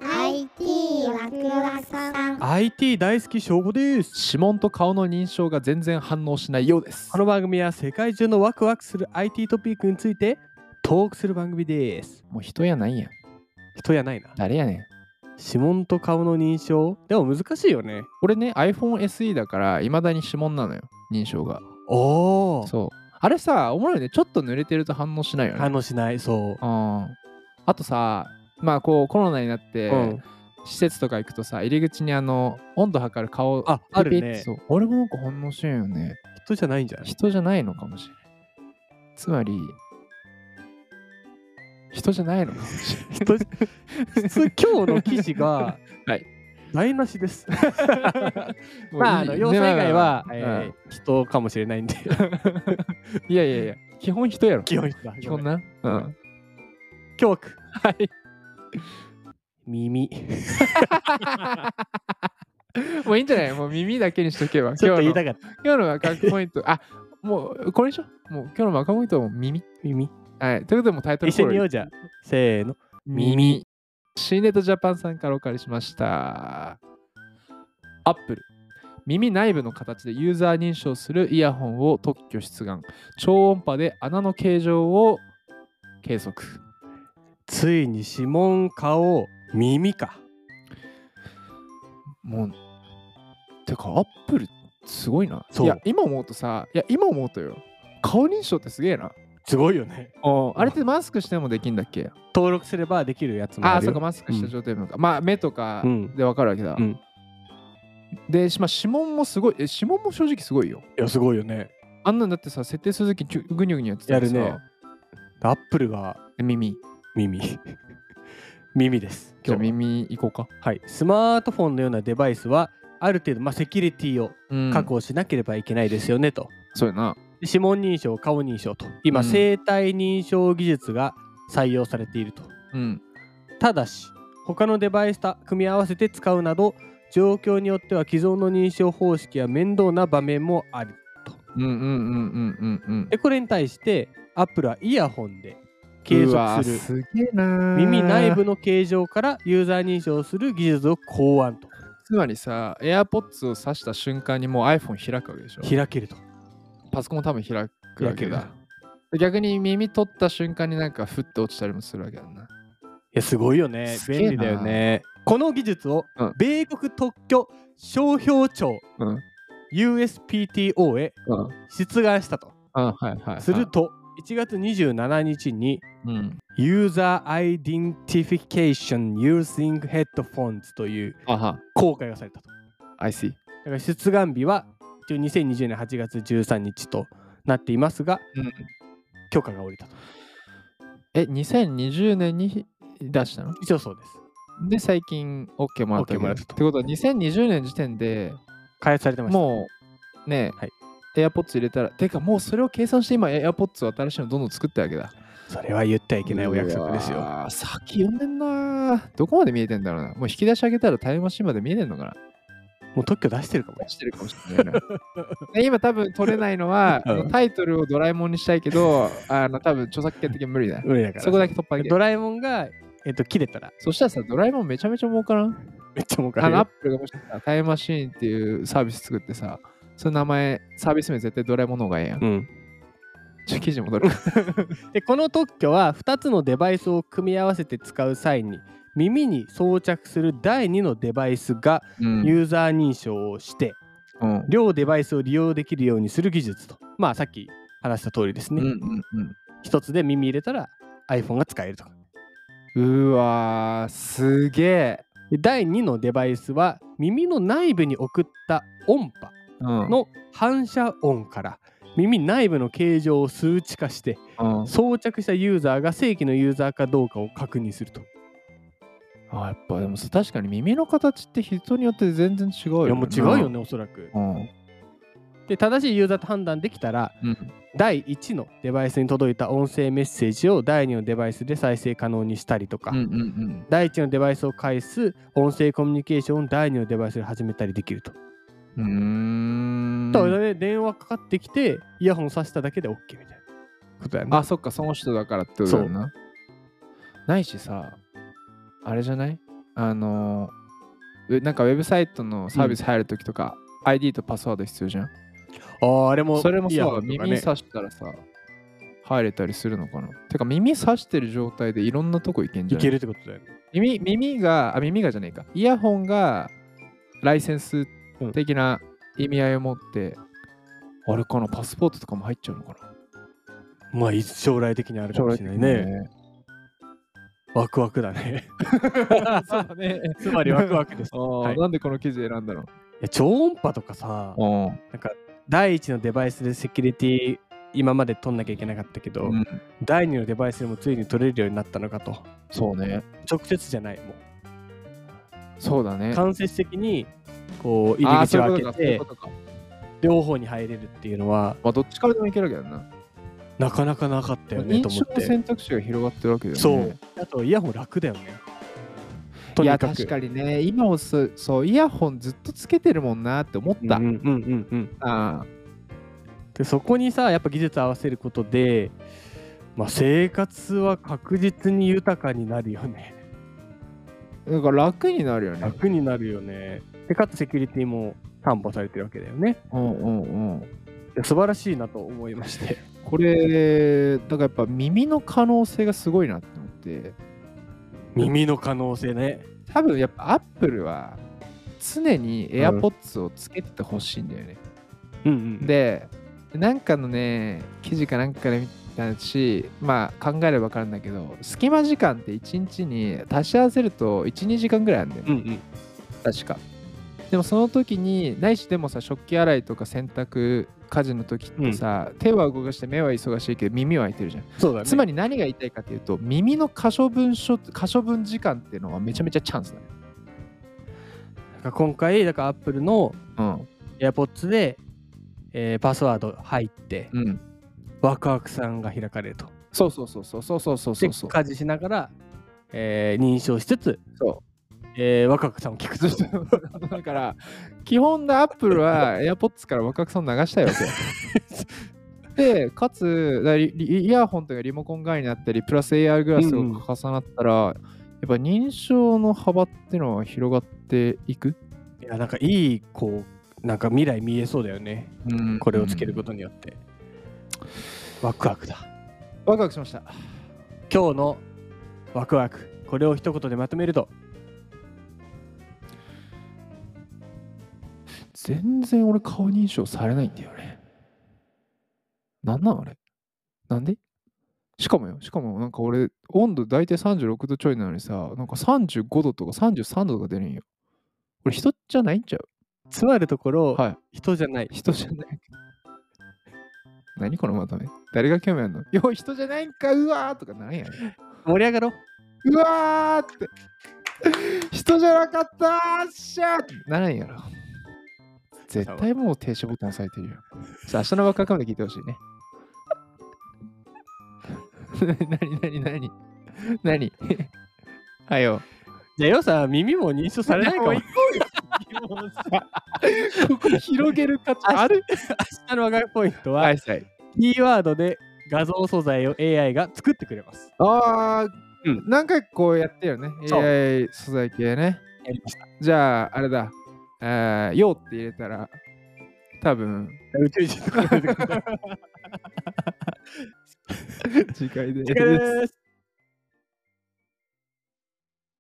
IT ワクワクさん IT 大好き翔吾です指紋と顔の認証が全然反応しないようですこの番組は世界中のワクワクする IT トピックについてトークする番組ですもう人やないやん人やないな誰やねん指紋と顔の認証でも難しいよね俺ね iPhoneSE だからいまだに指紋なのよ認証がおおそうあれさおもろいねちょっと濡れてると反応しないよね反応しないそううんあとさまあこうコロナになって、うん施設とか行くとさ入り口にあの温度測る顔ああるねピピッてそう俺もなんか反応しないよね人じゃないんじゃない人じゃないのかもしれないつまり人じゃないのかもしれない人 今日の記事 がはい台無しです。 まあ、あの、ね要素以外は、まあえまあー人かもしれないんで、いやいやいや、基本人やろ。基本人だ。基本な。うん。教育。はい。耳。もういいんじゃないもう耳だけにしとけ ば。ちょっと言今い日のたかった。今日の赤ポイント。あもうこれでしょもう今日の赤ポイントはもう耳。耳。はい。ということで、もうタイトル一緒に言おコーうルじゃあ。せーの。耳。シーネットジャパンさんからお借りしました。アップル。耳内部の形でユーザー認証するイヤホンを特許出願。超音波で穴の形状を計測。ついに指紋、顔、耳か。もうてかアップルすごいなそういや今思うとさいや今思うとよ顔認証ってすげえなすごいよね。あれってマスクしてもできんだっけ登録すればできるやつもあああるそよ。うかマスクした状態のか、まあ目とかうんでわかるわけだ、うんでしまあ指紋もすごいえ指紋も正直すごいよいや、すごいよね。あんなんだってさ設定するときちょぐにゅぐにゅやってたらさやるねアップルがで耳耳。 耳です。じゃ今あ日は。耳行こうか、はい。スマートフォンのようなデバイスは、ある程度、まあ、セキュリティをうん確保しなければいけないですよねと。そうやな指紋認証、顔認証と。今、うん生体認証技術が採用されていると。うんただし、他のデバイスと組み合わせて使うなど、状況によっては既存の認証方式や面倒な場面もある。うんうんうんうんうんうんで、これに対して、Apple はイヤホンで計うわ測ーするすげえなー耳内部の形状からユーザー認証する技術を考案と。つまりさ、AirPods を挿した瞬間にもう iPhone 開くわけでしょ。開けると。パソコンも多分開くわけ開だ。逆に耳取った瞬間になんかふって落ちたりもするわけだな。いやすごいよねすげえな便利だよねこの技術をうん米国特許商標庁、うん USPTO へうん。出願したとあはいはい、はい。すると1月27日にうん。 User Identification Using Headphones というあは、公開がされたと I see。だから出願日は一応2020年8月13日となっていますがうん、許可が下りたとえ、2020年に出したの一応そうですで、最近 OK もらったわけ OK もらだっったてとことは2020年時点で開発されてましたもうね、はい AirPods 入れたら、てかもうそれを計算して今 AirPods を新しいのどんどん作ったわけだ。それは言ってはいけないお約束ですうよわー。先読んでんなー。どこまで見えてんだろうな。もう引き出し上げたらタイムマシンまで見えてんのかな。もう特許出してるかも出してるかもし れないな。で今多分取れないのは、うんタイトルをドラえもんにしたいけど、あの多分著作権的に無理だ。無理だからそこだけ突破できドる。ラえもんが、えっと、切れたらそしたらさ、ドラえもんめちゃめちゃ儲からん。めっちゃ儲かあるの、アッよ。プルがもしかしたらタイムマシーンっていうサービス作ってさ、その名前、サービス名絶対ドラえもんの方がええやん。うん、ちょ記事戻る。でこの特許は2つのデバイスを組み合わせて使う際に耳に装着する第2のデバイスがうん。ユーザー認証をして、うん両デバイスを利用できるようにする技術とまあさっき話した通りですうんね、うん一1つで耳入れたら iPhone が使えるとかうん、うわー、すげえ。で第2のデバイスは耳の内部に送った音波うんの反射音から耳内部の形状を数値化してうん装着したユーザーが正規のユーザーかどうかを確認すると。あやっぱでもさ確かに耳の形って人によって全然違うよいねやもう違うよね、おそらく。うんで、正しいユーザーと判断できたら、うん第1のデバイスに届いた音声メッセージを第2のデバイスで再生可能にしたりとか、うんうん第1のデバイスを介す音声コミュニケーションを第2のデバイスで始めたりできると。うんうだかーらんね、電話かかってきて、イヤホンさしただけで OK みたいなことやね。あそっかその人だからってことだよなないしさあれじゃないあのうなんかウェブサイトのサービス入るときとか、ID とパスワード必要じゃん。あーあれもそれもイヤさホ、ンとか耳ね刺したらさ、入れたりするのかな。てか耳刺してる状態でいろんなとこ行けんじいゃんけるってことだよね。耳耳があ耳がじゃねえかイヤホンがライセンス的な意味合いを持って、あれかなパスポートとかも入っちゃうのかなまあいつ将来的にあるかもしれないね。ワクワクだね。 そう だねつまりワクワクです。あいー、はいなんでこの記事選んだのや超音波とかさ、なんか第一のデバイスでセキュリティ今まで取んなきゃいけなかったけど、うん第二のデバイスでもついに取れるようになったのかと。そうね直接じゃない。もそうだうね間接的にこう入り口を開けあーそういてうことかそういうことか両方に入れるっていうのはまあどっちからでもいけるわけだよななかなかなかったよね認と思証っのて。選択肢が広がってるわけだよねそう。あとイヤホン楽だよね。といにやかく。確かにね今もそそうイヤホンずっとつけてるもんなって思った、うんうんうんうん。あでそこにさやっぱ技術合わせることで、まあ、生活は確実に豊かになるよねーなんか楽になるよね楽になるよねでかつセキュリティも担保されてるわけだよねうんうんうんいや素晴らしいなと思いましてこれだからやっぱ耳の可能性がすごいなって思って耳の可能性ね多分やっぱアップルは常に AirPods をつけててほしいんだよね、うんうんでなんかのね記事かなんかで見たしまあ考えれば分かるんだけど隙間時間って1日に足し合わせると12時間ぐらいあるんだよねうんうん確かでもその時にないしでもさ食器洗いとか洗濯家事の時ってさ、手は動かして目は忙しいけど耳は開いてるじゃんそうだねつまり何が言いたいかというと耳の可処分所可処分時間っていうのはめちゃめちゃチャンスだね。なんか今回だからアップルのうん。 AirPods で、えーパスワード入ってうん。ワクワクさんが開かれるとそうそうそうそうそうそうそうそでうそう。家事しながら、えー認証しつつ、そえーワクワクさんを聞くとうだから基本で Apple は AirPods から若草を流したいわけよ。 で、かつだからリリイヤホンとかリモコン側になったりプラス AR グラスが重なったら、やっぱ認証の幅っていうのは広がっていく。いやなんかいいこうなんか未来見えそうだよねうんこれをつけることによって、ワクワクだワクワクしました。今日のワクワクこれを一言でまとめると全然俺顔認証されないんだよね。なんなんあれなんでしかもよ、しかもなんか俺、温度大体36度ちょいなのにさ、なんか35度とか33度とか出るんよ。俺人じゃないんちゃうつまるところ、はい人じゃない人じゃない。何このまとめ誰が興味あるのよ、人じゃないんか、うわーとかなんやねん盛り上がろううわーって。人じゃなかったーっしゃーならんやろ。絶対もう停止ボタン押さえてるよ。さあ、明日のワクワクまで聞いてほしいね。なになになになにはよ。じゃあよさ耳も認証されないかもいやここ広げる価値ある明日のワクワクポイントは、はいはい。キーワードで画像素材を AI が作ってくれますああ、うん何回かこうやってるよね。そう AI 素材系ね。やりましたじゃあ、あれだ。えー、よって入れたら、多分宇宙人とか出てくる次回でお疲れ様です